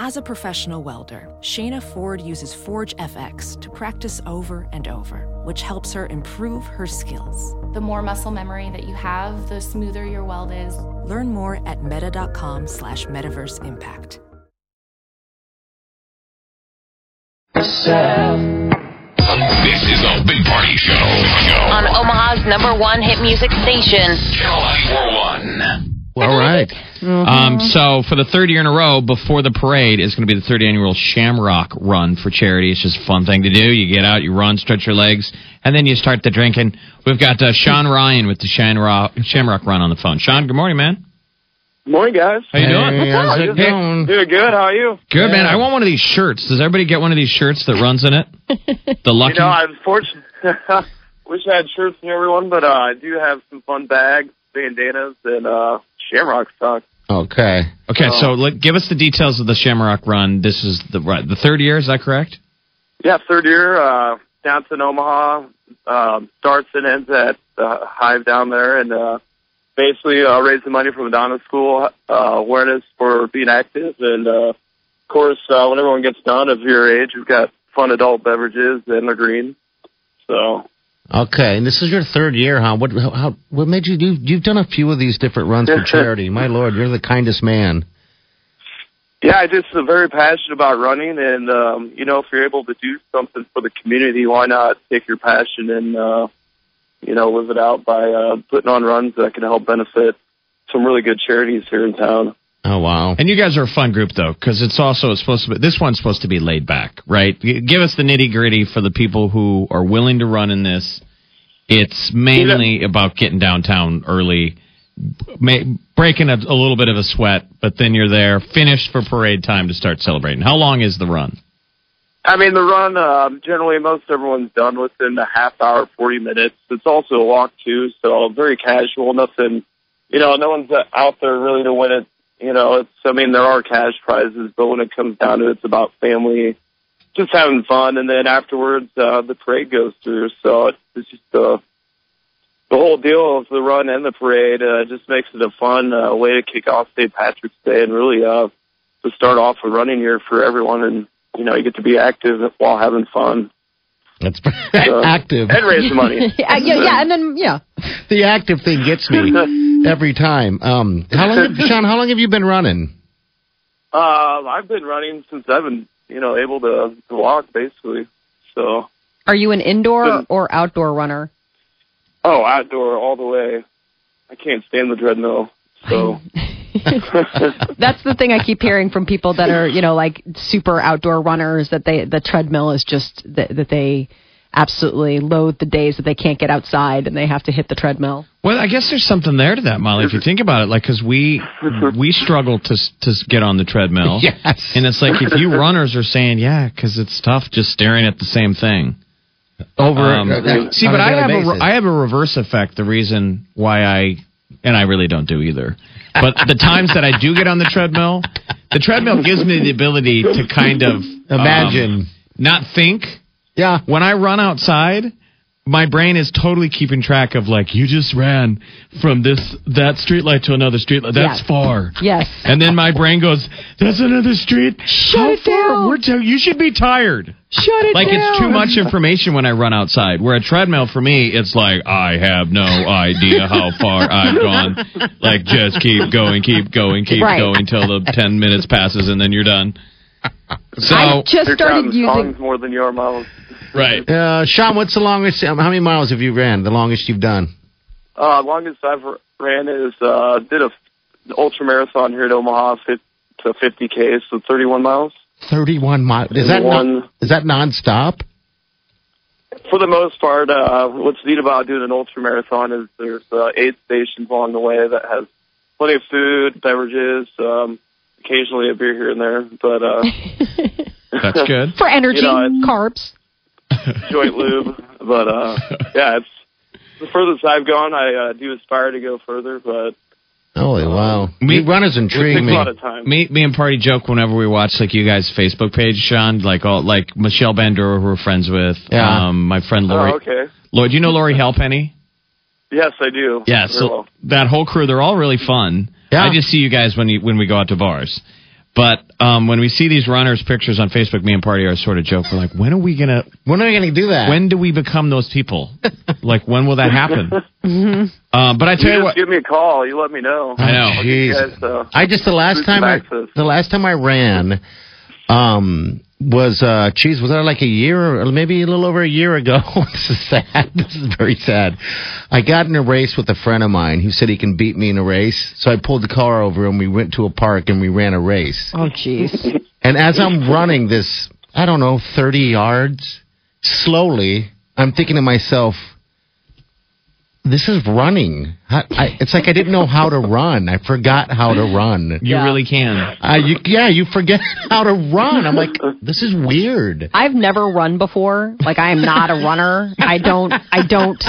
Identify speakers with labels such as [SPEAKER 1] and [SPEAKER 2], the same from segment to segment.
[SPEAKER 1] As a professional welder, Shayna Ford uses Forge FX to practice over and over, which helps her improve her skills.
[SPEAKER 2] The more muscle memory that you have, the smoother your weld is.
[SPEAKER 1] Learn more at meta.com slash metaverse impact.
[SPEAKER 3] This is a big party show.
[SPEAKER 4] on Omaha's number one hit music station.
[SPEAKER 3] Channel 941.
[SPEAKER 5] All right. Um, so for the third year in a row, before the parade is going to be the third annual Shamrock Run for charity. It's just a fun thing to do. You get out, you run, stretch your legs, and then you start the drinking. We've got uh, Sean Ryan with the Shamrock Shamrock Run on the phone. Sean, good morning, man.
[SPEAKER 6] Morning, guys.
[SPEAKER 5] How you doing?
[SPEAKER 7] Hey, how's it going?
[SPEAKER 6] Doing good. How are you?
[SPEAKER 5] Good, man. I want one of these shirts. Does everybody get one of these shirts that runs in it? The lucky.
[SPEAKER 6] You know, I'm fortunate. Wish I had shirts for everyone, but uh, I do have some fun bags, bandanas, and uh, shamrock socks.
[SPEAKER 7] Okay.
[SPEAKER 5] okay,
[SPEAKER 7] Oh.
[SPEAKER 5] so let, give us the details of the Shamrock Run. This is the the third year. Is that correct?
[SPEAKER 6] Yeah, third year, uh, downtown Omaha, um, starts and ends at the Hive down there, and uh, basically uh, raising money for Madonna School uh, awareness for being active. And uh, of course, uh, when everyone gets done of your age, we've got fun adult beverages and a green. So
[SPEAKER 7] Okay. And this is your third year, huh? What how, how what made you do you've done a few of these different runs for charity. My lord, you're the kindest man.
[SPEAKER 6] Yeah, I just am very passionate about running, and um, you know, if you're able to do something for the community, why not take your passion and uh, you know live it out by uh, putting on runs that can help benefit some really good charities here in town.
[SPEAKER 7] Oh wow.
[SPEAKER 5] And you guys are a fun group though, because it's also it's supposed to. Be, this one's supposed to be laid back, right? G- Give us the nitty gritty for the people who are willing to run in this. It's mainly about getting downtown early, ma- breaking a, a little bit of a sweat, but then you're there, finished for parade time to start celebrating. How long is the run?
[SPEAKER 6] I mean, the run um, generally most everyone's done within a half hour, forty minutes. It's also a walk too, so very casual. Nothing, you know, no one's uh, out there really to win it. You know, it's. I mean, there are cash prizes, but when it comes down to it, it's about family, just having fun, and then afterwards uh, the parade goes through. So it's, it's just uh, the whole deal of the run and the parade uh, just makes it a fun uh, way to kick off St. Patrick's Day and really uh, to start off a running year for everyone and you know, you get to be active while having fun
[SPEAKER 7] That's active.
[SPEAKER 6] and raise the money.
[SPEAKER 8] yeah, Uh, yeah, yeah, and then yeah.
[SPEAKER 7] The active thing gets me every time. Um how long have, Sean, how long have you been running?
[SPEAKER 6] Uh, I've been running since I've been, you know, able to, to walk basically. So,
[SPEAKER 8] Are you an indoor
[SPEAKER 6] Yeah.
[SPEAKER 8] or outdoor runner?
[SPEAKER 6] oh, outdoor all the way. I can't stand the treadmill. So,
[SPEAKER 8] That's the thing I keep hearing from people that are, you know, like super outdoor runners that they the treadmill is just that, that they absolutely loathe the days that they can't get outside and they have to hit the treadmill.
[SPEAKER 5] Well, I guess there's something there to that, Molly. If you think about it, like because we we struggle to s- to s- get on the treadmill,
[SPEAKER 7] Yes.
[SPEAKER 5] and it's like if you runners are saying, yeah, because it's tough just staring at the same thing.
[SPEAKER 7] Over
[SPEAKER 5] Um,
[SPEAKER 7] uh,
[SPEAKER 5] see,
[SPEAKER 7] on
[SPEAKER 5] but I
[SPEAKER 7] daily
[SPEAKER 5] have a, re-
[SPEAKER 7] basis.
[SPEAKER 5] I have a reverse effect. The reason why I and I really don't do either. But the times that I do get on the treadmill, the treadmill gives me the ability to kind of um,
[SPEAKER 7] Imagine.
[SPEAKER 5] not think.
[SPEAKER 7] yeah.
[SPEAKER 5] When I run outside, my brain is totally keeping track of like you just ran from this that streetlight to another streetlight. That's
[SPEAKER 8] Yeah.
[SPEAKER 5] far.
[SPEAKER 8] Yes.
[SPEAKER 5] And then my brain goes, "That's another street. How
[SPEAKER 8] it
[SPEAKER 5] far?
[SPEAKER 8] down.
[SPEAKER 5] We're t- you should be tired."
[SPEAKER 8] Shut it
[SPEAKER 5] like it's too much information when I run outside. Where a treadmill for me, it's like I have no idea how far I've gone. Like just keep going, keep going, keep
[SPEAKER 8] Right.
[SPEAKER 5] going till the ten minutes passes and then you're done. So
[SPEAKER 8] I just
[SPEAKER 6] your
[SPEAKER 8] started
[SPEAKER 6] counting
[SPEAKER 8] using
[SPEAKER 6] songs more than your miles.
[SPEAKER 5] right,
[SPEAKER 7] Uh, Sean, what's the longest? How many miles have you ran? The longest you've done?
[SPEAKER 6] Uh, longest I've r- ran is, uh, did a f- ultra marathon here at Omaha fif- to 50 Ks, so 31 miles.
[SPEAKER 7] Thirty-one miles. Is that
[SPEAKER 6] One.
[SPEAKER 7] non, is that nonstop?
[SPEAKER 6] for the most part, uh, what's neat about doing an ultra marathon is there's uh, aid stations along the way that has plenty of food, beverages, um, occasionally a beer here and there, but uh,
[SPEAKER 5] that's good.
[SPEAKER 8] for energy,
[SPEAKER 6] You know, it's-
[SPEAKER 8] carbs.
[SPEAKER 6] joint lube. But uh, yeah, it's the furthest I've gone. I uh, do aspire to go further, but
[SPEAKER 7] Holy wow!
[SPEAKER 5] We-
[SPEAKER 7] you runners intrigue
[SPEAKER 6] takes a
[SPEAKER 7] me.
[SPEAKER 6] lot of time.
[SPEAKER 5] Me, me and Party joke whenever we watch like you guys' Facebook page, Sean. Like all like Michelle Bandura, who we're friends with.
[SPEAKER 7] Yeah.
[SPEAKER 5] Um, my friend Lori.
[SPEAKER 6] oh, okay.
[SPEAKER 5] Lori, do you know Lori Halpenny?
[SPEAKER 6] Yes, I do.
[SPEAKER 5] Yeah,
[SPEAKER 6] Very
[SPEAKER 5] so
[SPEAKER 6] well.
[SPEAKER 5] that whole crew, they're all really fun.
[SPEAKER 7] Yeah.
[SPEAKER 5] I just see you guys when you, when we go out to bars. But um, when we see these runners' pictures on Facebook, me and Party are sort of joke. We're like, when are we gonna?
[SPEAKER 7] When are we going to do that?
[SPEAKER 5] When do we become those people? like, when will that happen?
[SPEAKER 7] Mm-hmm.
[SPEAKER 5] Uh, but I
[SPEAKER 6] You
[SPEAKER 5] tell you
[SPEAKER 6] just
[SPEAKER 5] what,
[SPEAKER 6] give me a call. You let me know.
[SPEAKER 5] I know.
[SPEAKER 6] I'll get you
[SPEAKER 7] Jeez.
[SPEAKER 6] guys, uh,
[SPEAKER 7] I just the last
[SPEAKER 6] Food
[SPEAKER 7] time I
[SPEAKER 6] access.
[SPEAKER 7] the last time I ran um was uh geez, was that like a year or maybe a little over a year ago? this is sad. This is very sad. I got in a race with a friend of mine who said he can beat me in a race. So I pulled the car over and we went to a park and we ran a race.
[SPEAKER 8] Oh, jeez.
[SPEAKER 7] And as I'm running this, I don't know, 30 yards, slowly, I'm thinking to myself, this is running. How- I, it's like I didn't know how to run. I forgot how to run.
[SPEAKER 5] you
[SPEAKER 8] Yeah.
[SPEAKER 5] really can.
[SPEAKER 7] I, you, yeah, you forget how to run. I'm like, this is weird.
[SPEAKER 8] I've never run before. Like I am not a runner. I don't. I don't.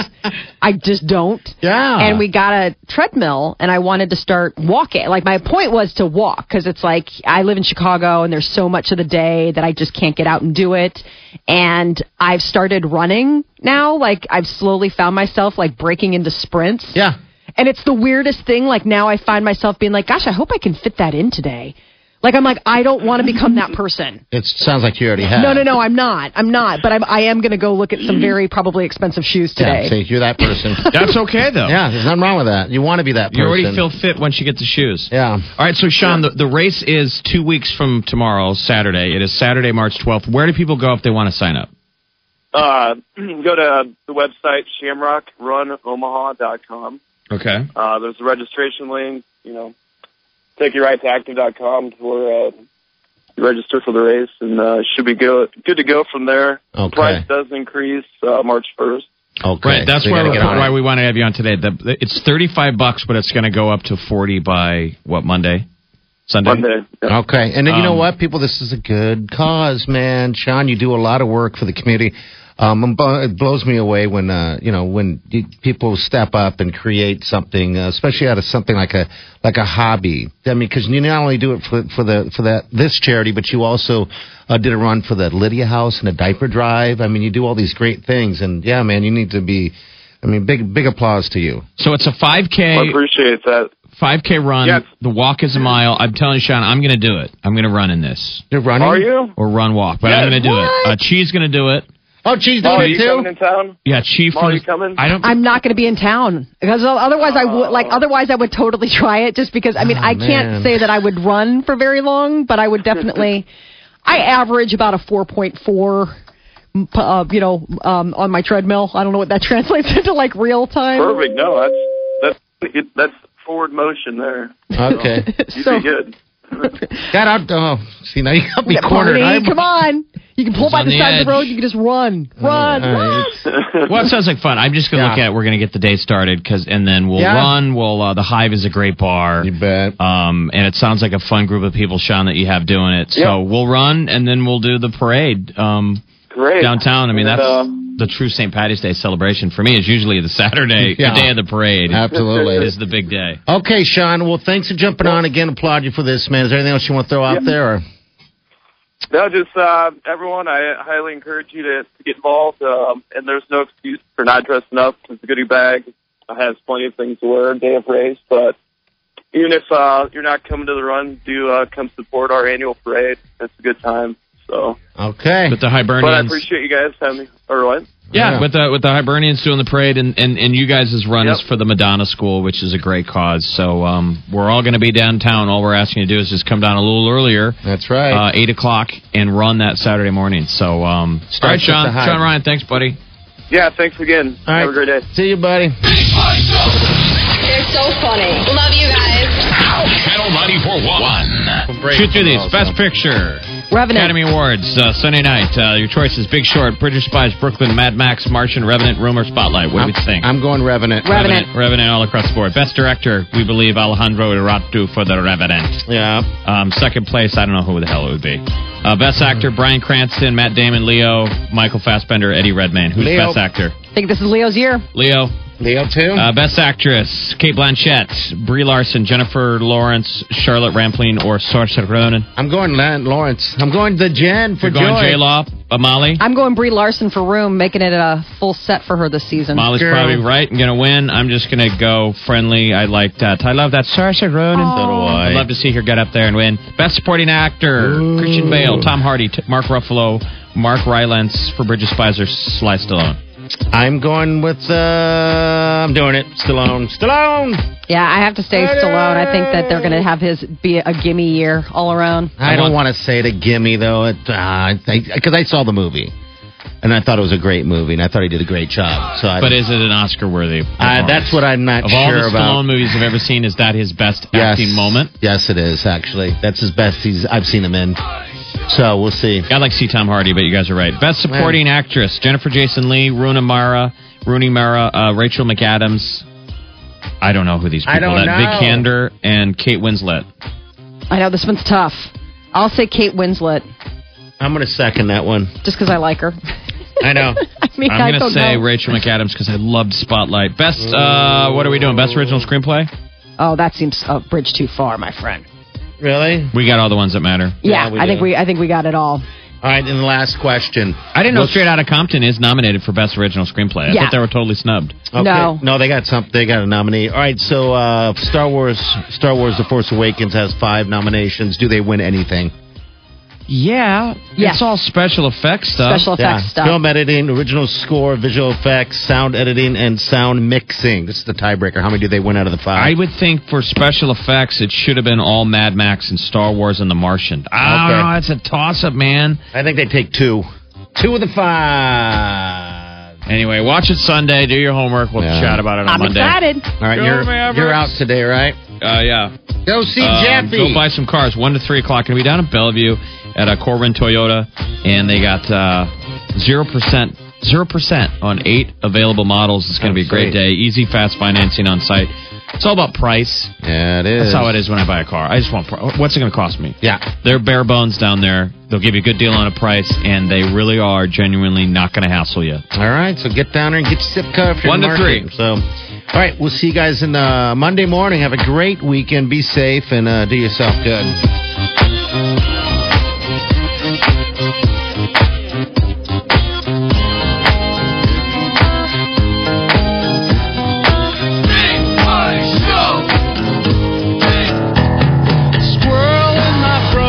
[SPEAKER 8] I just don't.
[SPEAKER 7] Yeah.
[SPEAKER 8] And we got a treadmill, and I wanted to start walking. Like my point was to walk because it's like I live in Chicago, and there's so much of the day that I just can't get out and do it. And I've started running now. Like I've slowly found myself like breaking into sprints.
[SPEAKER 7] Yeah.
[SPEAKER 8] And it's the weirdest thing. Like now I find myself being like, gosh, I hope I can fit that in today. Like I'm like, I don't want to become that person.
[SPEAKER 7] It sounds like you already have.
[SPEAKER 8] No, no, no, I'm not. I'm not. But I'm, I am going to go look at some very probably expensive shoes
[SPEAKER 7] Yeah,
[SPEAKER 8] today.
[SPEAKER 7] see, you're that person.
[SPEAKER 5] That's okay though.
[SPEAKER 7] yeah, there's nothing wrong with that. You want to be that person.
[SPEAKER 5] You already feel fit once you get the shoes.
[SPEAKER 7] Yeah.
[SPEAKER 5] All right, so Sean, the, the race is two weeks from tomorrow, Saturday. It is Saturday, March 12th. Where do people go if they want to sign up?
[SPEAKER 6] uh, go to the website shamrockrun.omaha.com.
[SPEAKER 5] Okay.
[SPEAKER 6] Uh, there's a registration link. You know, take you right to active.com for uh, you register for the race, and uh, should be good good to go from there.
[SPEAKER 7] Okay.
[SPEAKER 6] Price does increase uh, March 1st.
[SPEAKER 7] Okay.
[SPEAKER 5] Right, that's
[SPEAKER 7] so you
[SPEAKER 5] why,
[SPEAKER 7] gotta
[SPEAKER 5] we
[SPEAKER 7] get on
[SPEAKER 5] why
[SPEAKER 7] it.
[SPEAKER 5] we want to have you on today. The, it's 35 bucks, but it's going to go up to 40 by, what, Monday? Sunday?
[SPEAKER 6] Monday. Yeah.
[SPEAKER 7] Okay. And then you know
[SPEAKER 5] Um,
[SPEAKER 7] what, people, this is a good cause, man. Sean, you do a lot of work for the community. Um, and bu- it blows me away when uh, you know when you- people step up and create something, uh, especially out of something like a like a hobby. I mean, because you not only do it for for the for that this charity, but you also uh, did a run for the Lydia House and a diaper drive. I mean, you do all these great things, and yeah, man, you need to be. I mean, big big applause to you.
[SPEAKER 5] So it's a
[SPEAKER 6] I
[SPEAKER 5] 5K,
[SPEAKER 6] appreciate that.
[SPEAKER 5] 5K run.
[SPEAKER 6] Yes.
[SPEAKER 5] The walk is a mile. I'm telling you, Sean, I'm going to do it. I'm going to run in this
[SPEAKER 7] You're running.
[SPEAKER 6] Are you?
[SPEAKER 5] or run walk, but I'm
[SPEAKER 6] Yes.
[SPEAKER 5] going to do it. Uh, Chi's going to do it.
[SPEAKER 7] Oh, geez,
[SPEAKER 6] Oh,
[SPEAKER 7] doing
[SPEAKER 6] are you
[SPEAKER 7] it too.
[SPEAKER 6] coming in town?
[SPEAKER 5] Yeah, Chi
[SPEAKER 6] Mar,
[SPEAKER 5] from-
[SPEAKER 6] you coming?
[SPEAKER 5] I don't.
[SPEAKER 8] I'm not going to be in town because otherwise I would like otherwise I would totally try it just because I mean I
[SPEAKER 7] man.
[SPEAKER 8] can't say that I would run for very long but I would definitely I average about a 4.4 m- p- uh, you know um, on my treadmill I don't know what that translates into like real time
[SPEAKER 6] Perfect. No, that's that's it, that's forward motion there.
[SPEAKER 7] Okay.
[SPEAKER 6] You'd
[SPEAKER 8] So-
[SPEAKER 6] be good.
[SPEAKER 7] Got out. Oh, see now you got me
[SPEAKER 8] Yeah,
[SPEAKER 7] cornered.
[SPEAKER 8] Barney,
[SPEAKER 7] I'm-
[SPEAKER 8] come on you can pull by
[SPEAKER 5] on
[SPEAKER 8] the,
[SPEAKER 5] the
[SPEAKER 8] side
[SPEAKER 5] edge.
[SPEAKER 8] of the road you can just run run
[SPEAKER 7] all right.
[SPEAKER 8] run.
[SPEAKER 5] Well, it sounds like fun. I'm just gonna look
[SPEAKER 7] Yeah.
[SPEAKER 5] at. it. We're gonna get the day started, cause, and then we'll
[SPEAKER 7] Yeah.
[SPEAKER 5] run. We'll uh, the Hive is a great bar.
[SPEAKER 7] You bet.
[SPEAKER 5] Um, and it sounds like a fun group of people, Sean, that you have doing it. So
[SPEAKER 6] Yeah.
[SPEAKER 5] we'll run, and then we'll do the parade um,
[SPEAKER 6] Great.
[SPEAKER 5] downtown. I mean,
[SPEAKER 6] And,
[SPEAKER 5] that's the
[SPEAKER 6] uh,
[SPEAKER 5] true St. Patty's Day celebration for me. Is usually the Saturday,
[SPEAKER 7] Yeah.
[SPEAKER 5] the day of the parade.
[SPEAKER 7] Absolutely.
[SPEAKER 5] Is the big day.
[SPEAKER 7] okay, Sean. Well, thanks for jumping on again. Applaud you for this, man. Is there anything else you want to throw out there? Or?
[SPEAKER 6] No, just uh, everyone. I highly encourage you to, to get involved. Um, and there's no excuse for not dressing up. It's a goodie bag. I have plenty of things to wear. Day of race, but even if uh, you're not coming to the run, do uh, come support our annual parade. It's a good time. So,
[SPEAKER 7] Okay.
[SPEAKER 5] But the
[SPEAKER 6] but I
[SPEAKER 5] Hibernians,
[SPEAKER 6] appreciate you guys having me. Or what?
[SPEAKER 5] yeah,
[SPEAKER 7] Yeah.
[SPEAKER 5] with the with the Hibernians doing the parade, and and and you guys' run is
[SPEAKER 6] Yep.
[SPEAKER 5] for the Madonna School, which is a great cause. So um, we're all gonna be downtown. All we're asking you to do is just come down a little earlier.
[SPEAKER 7] That's right.
[SPEAKER 5] uh, eight o'clock and run that Saturday morning. So, um, all right,
[SPEAKER 7] with the
[SPEAKER 5] Sean,
[SPEAKER 7] hype.
[SPEAKER 5] Sean Ryan, thanks, buddy.
[SPEAKER 6] Yeah. Thanks again.
[SPEAKER 7] All right.
[SPEAKER 6] Have a great day.
[SPEAKER 7] See you, buddy.
[SPEAKER 4] They're so funny. Love you guys.
[SPEAKER 3] Channel 941.
[SPEAKER 5] Shoot through these. Best Picture,
[SPEAKER 8] Revenant
[SPEAKER 5] Academy Awards, uh, Sunday night. Uh, your choices: Big Short, British Spies, Brooklyn, Mad Max, Martian, Revenant, Rumor, Spotlight. What do
[SPEAKER 7] I'm,
[SPEAKER 5] you think?
[SPEAKER 7] I'm going Revenant.
[SPEAKER 8] Revenant.
[SPEAKER 5] Revenant all across the board. Best Director, we believe Alejandro Iratu for The Revenant.
[SPEAKER 7] Yeah.
[SPEAKER 5] Um, second place, I don't know who the hell it would be. Uh, best Actor, Brian Cranston, Matt Damon, Leo, Michael Fassbender, Eddie Redmayne. Who's
[SPEAKER 7] Leo.
[SPEAKER 5] Best Actor?
[SPEAKER 8] I think this is Leo's year
[SPEAKER 5] Leo.
[SPEAKER 7] Leo too.
[SPEAKER 5] Uh, best actress: Kate Blanchett, Brie Larson, Jennifer Lawrence, Charlotte Rampling, or Saoirse Ronan.
[SPEAKER 7] I'm going Lan- Lawrence. I'm going the Jen for
[SPEAKER 5] You're going
[SPEAKER 7] joy.
[SPEAKER 5] J Law, Amali.
[SPEAKER 8] I'm going Brie Larson for Room, making it a full set for her this season.
[SPEAKER 5] Molly's
[SPEAKER 7] Girl.
[SPEAKER 5] probably right. I'm gonna win. I'm just gonna go friendly. I like that. I love that Saoirse Ronan.
[SPEAKER 8] So do I.
[SPEAKER 5] would love to see her get up there and win. Best Supporting Actor: Christian Bale, Tom Hardy, T- Mark Ruffalo, Mark Rylance for Bridges Spicer, Sly Stallone.
[SPEAKER 7] I'm going with. Uh, I'm doing it. Stallone. Stallone.
[SPEAKER 8] Yeah, I have to say Stallone. I think that they're going to have his be a gimme year all around.
[SPEAKER 7] I,
[SPEAKER 5] I
[SPEAKER 7] don't
[SPEAKER 5] want-
[SPEAKER 7] want to say the gimme though, because uh, I, 'cause I saw the movie, and I thought it was a great movie, and I thought he did a great job. So, I,
[SPEAKER 5] But is it an Oscar-worthy?
[SPEAKER 7] I,
[SPEAKER 5] performance?
[SPEAKER 7] that's what I'm not
[SPEAKER 5] Uh, Of all
[SPEAKER 7] sure
[SPEAKER 5] the Stallone
[SPEAKER 7] about.
[SPEAKER 5] movies I've ever seen, is that his best acting moment?
[SPEAKER 7] Yes, it is actually. That's his best he's I've seen him in. So we'll see.
[SPEAKER 5] I'd like to see Tom Hardy, but you guys are right. Best supporting actress: Jennifer Jason Lee, Rooney Mara, Rooney Mara, uh, Rachel McAdams. I don't know who these people.
[SPEAKER 7] I don't
[SPEAKER 5] that Vic
[SPEAKER 7] know.
[SPEAKER 5] Kander and Kate Winslet.
[SPEAKER 8] I know this one's tough. I'll say Kate Winslet
[SPEAKER 7] I'm gonna second that one.
[SPEAKER 8] just because I like her.
[SPEAKER 7] I know.
[SPEAKER 8] I mean, I
[SPEAKER 5] I'm gonna
[SPEAKER 8] don't
[SPEAKER 5] say
[SPEAKER 8] know.
[SPEAKER 5] Rachel McAdams because I loved Spotlight. Best. Uh, what are we doing? Best original screenplay.
[SPEAKER 8] oh, that seems a bridge too far, my friend.
[SPEAKER 7] really?
[SPEAKER 5] We got all the ones that matter.
[SPEAKER 8] Yeah,
[SPEAKER 7] Yeah, we
[SPEAKER 8] I think
[SPEAKER 7] do.
[SPEAKER 8] we I think we got it all.
[SPEAKER 7] All right, and the last question.
[SPEAKER 5] I didn't know Straight Outta Compton is nominated for Best Original Screenplay. I
[SPEAKER 8] Yeah.
[SPEAKER 5] thought they were totally snubbed.
[SPEAKER 8] No.
[SPEAKER 7] No, they got something. They got a nominee. All right, so uh, Star Wars, Star Wars: The Force Awakens has five nominations. Do they win anything?
[SPEAKER 5] Yeah, it's
[SPEAKER 8] Yes.
[SPEAKER 5] all special effects stuff.
[SPEAKER 8] Special effects stuff.
[SPEAKER 7] Film editing, original score, visual effects, sound editing, and sound mixing. This is the tiebreaker. How many do they win out of the
[SPEAKER 5] I
[SPEAKER 7] five?
[SPEAKER 5] would think for special effects, it should have been all Mad Max and Star Wars and The Martian. I don't
[SPEAKER 7] Okay.
[SPEAKER 5] know. It's Oh, a toss up, man.
[SPEAKER 7] I, think they take two. Two of the five.
[SPEAKER 5] Anyway, watch it Sunday. Do your homework. We'll
[SPEAKER 7] Yeah.
[SPEAKER 5] chat about it on
[SPEAKER 8] I'm
[SPEAKER 5] Monday.
[SPEAKER 8] excited.
[SPEAKER 7] All right,
[SPEAKER 5] Go
[SPEAKER 7] you're
[SPEAKER 5] Mavericks.
[SPEAKER 7] you're out today, right?
[SPEAKER 5] Uh, yeah.
[SPEAKER 7] Go see
[SPEAKER 5] Um,
[SPEAKER 7] Jeffy.
[SPEAKER 5] Go buy some cars. One to three o'clock. Gonna be down in Bellevue at a Corbin Toyota, and they got uh, zero percent. Zero percent on eight available models. It's going to be a great
[SPEAKER 7] Sounds great.
[SPEAKER 5] day. Easy, fast financing on site. It's all about price.
[SPEAKER 7] Yeah, it is.
[SPEAKER 5] That's how it is when I buy a car. I just want. pri- What's it going to cost me?
[SPEAKER 7] Yeah.
[SPEAKER 5] They're bare bones down there. They'll give you a good deal on a price, and they really are genuinely not going to hassle you.
[SPEAKER 7] All right, so get down there and get your sip cup. if you're
[SPEAKER 5] One
[SPEAKER 7] in
[SPEAKER 5] to
[SPEAKER 7] marketing.
[SPEAKER 5] three.
[SPEAKER 7] So, all right, we'll see you guys in uh, Monday morning. Have a great weekend. Be safe and uh, do yourself good.
[SPEAKER 5] Squirrel in my fro,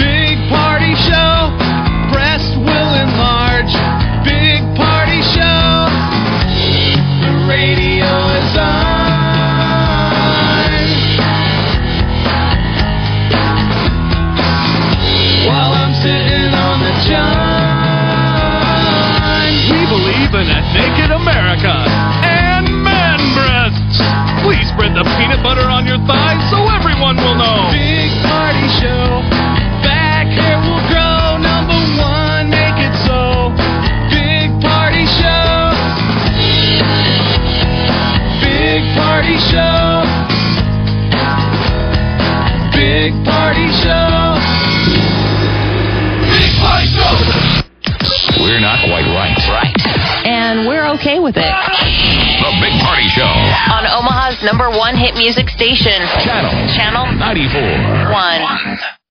[SPEAKER 5] big party show. Breast will enlarge, big party show. The radio is on. While I'm sitting on the john. We believe in a naked America and man breasts. Please spread the peanut butter on your thighs so everyone will know. Big party show. Back hair will grow. Number one, make it so. Big party show. Big party show. Big party show. Big party show.
[SPEAKER 3] We're not quite right. Right.
[SPEAKER 8] And we're okay with it.
[SPEAKER 3] The Big Party Show.
[SPEAKER 4] On Omaha's number one hit music station,
[SPEAKER 3] Channel
[SPEAKER 4] Channel
[SPEAKER 3] 94.
[SPEAKER 4] 1.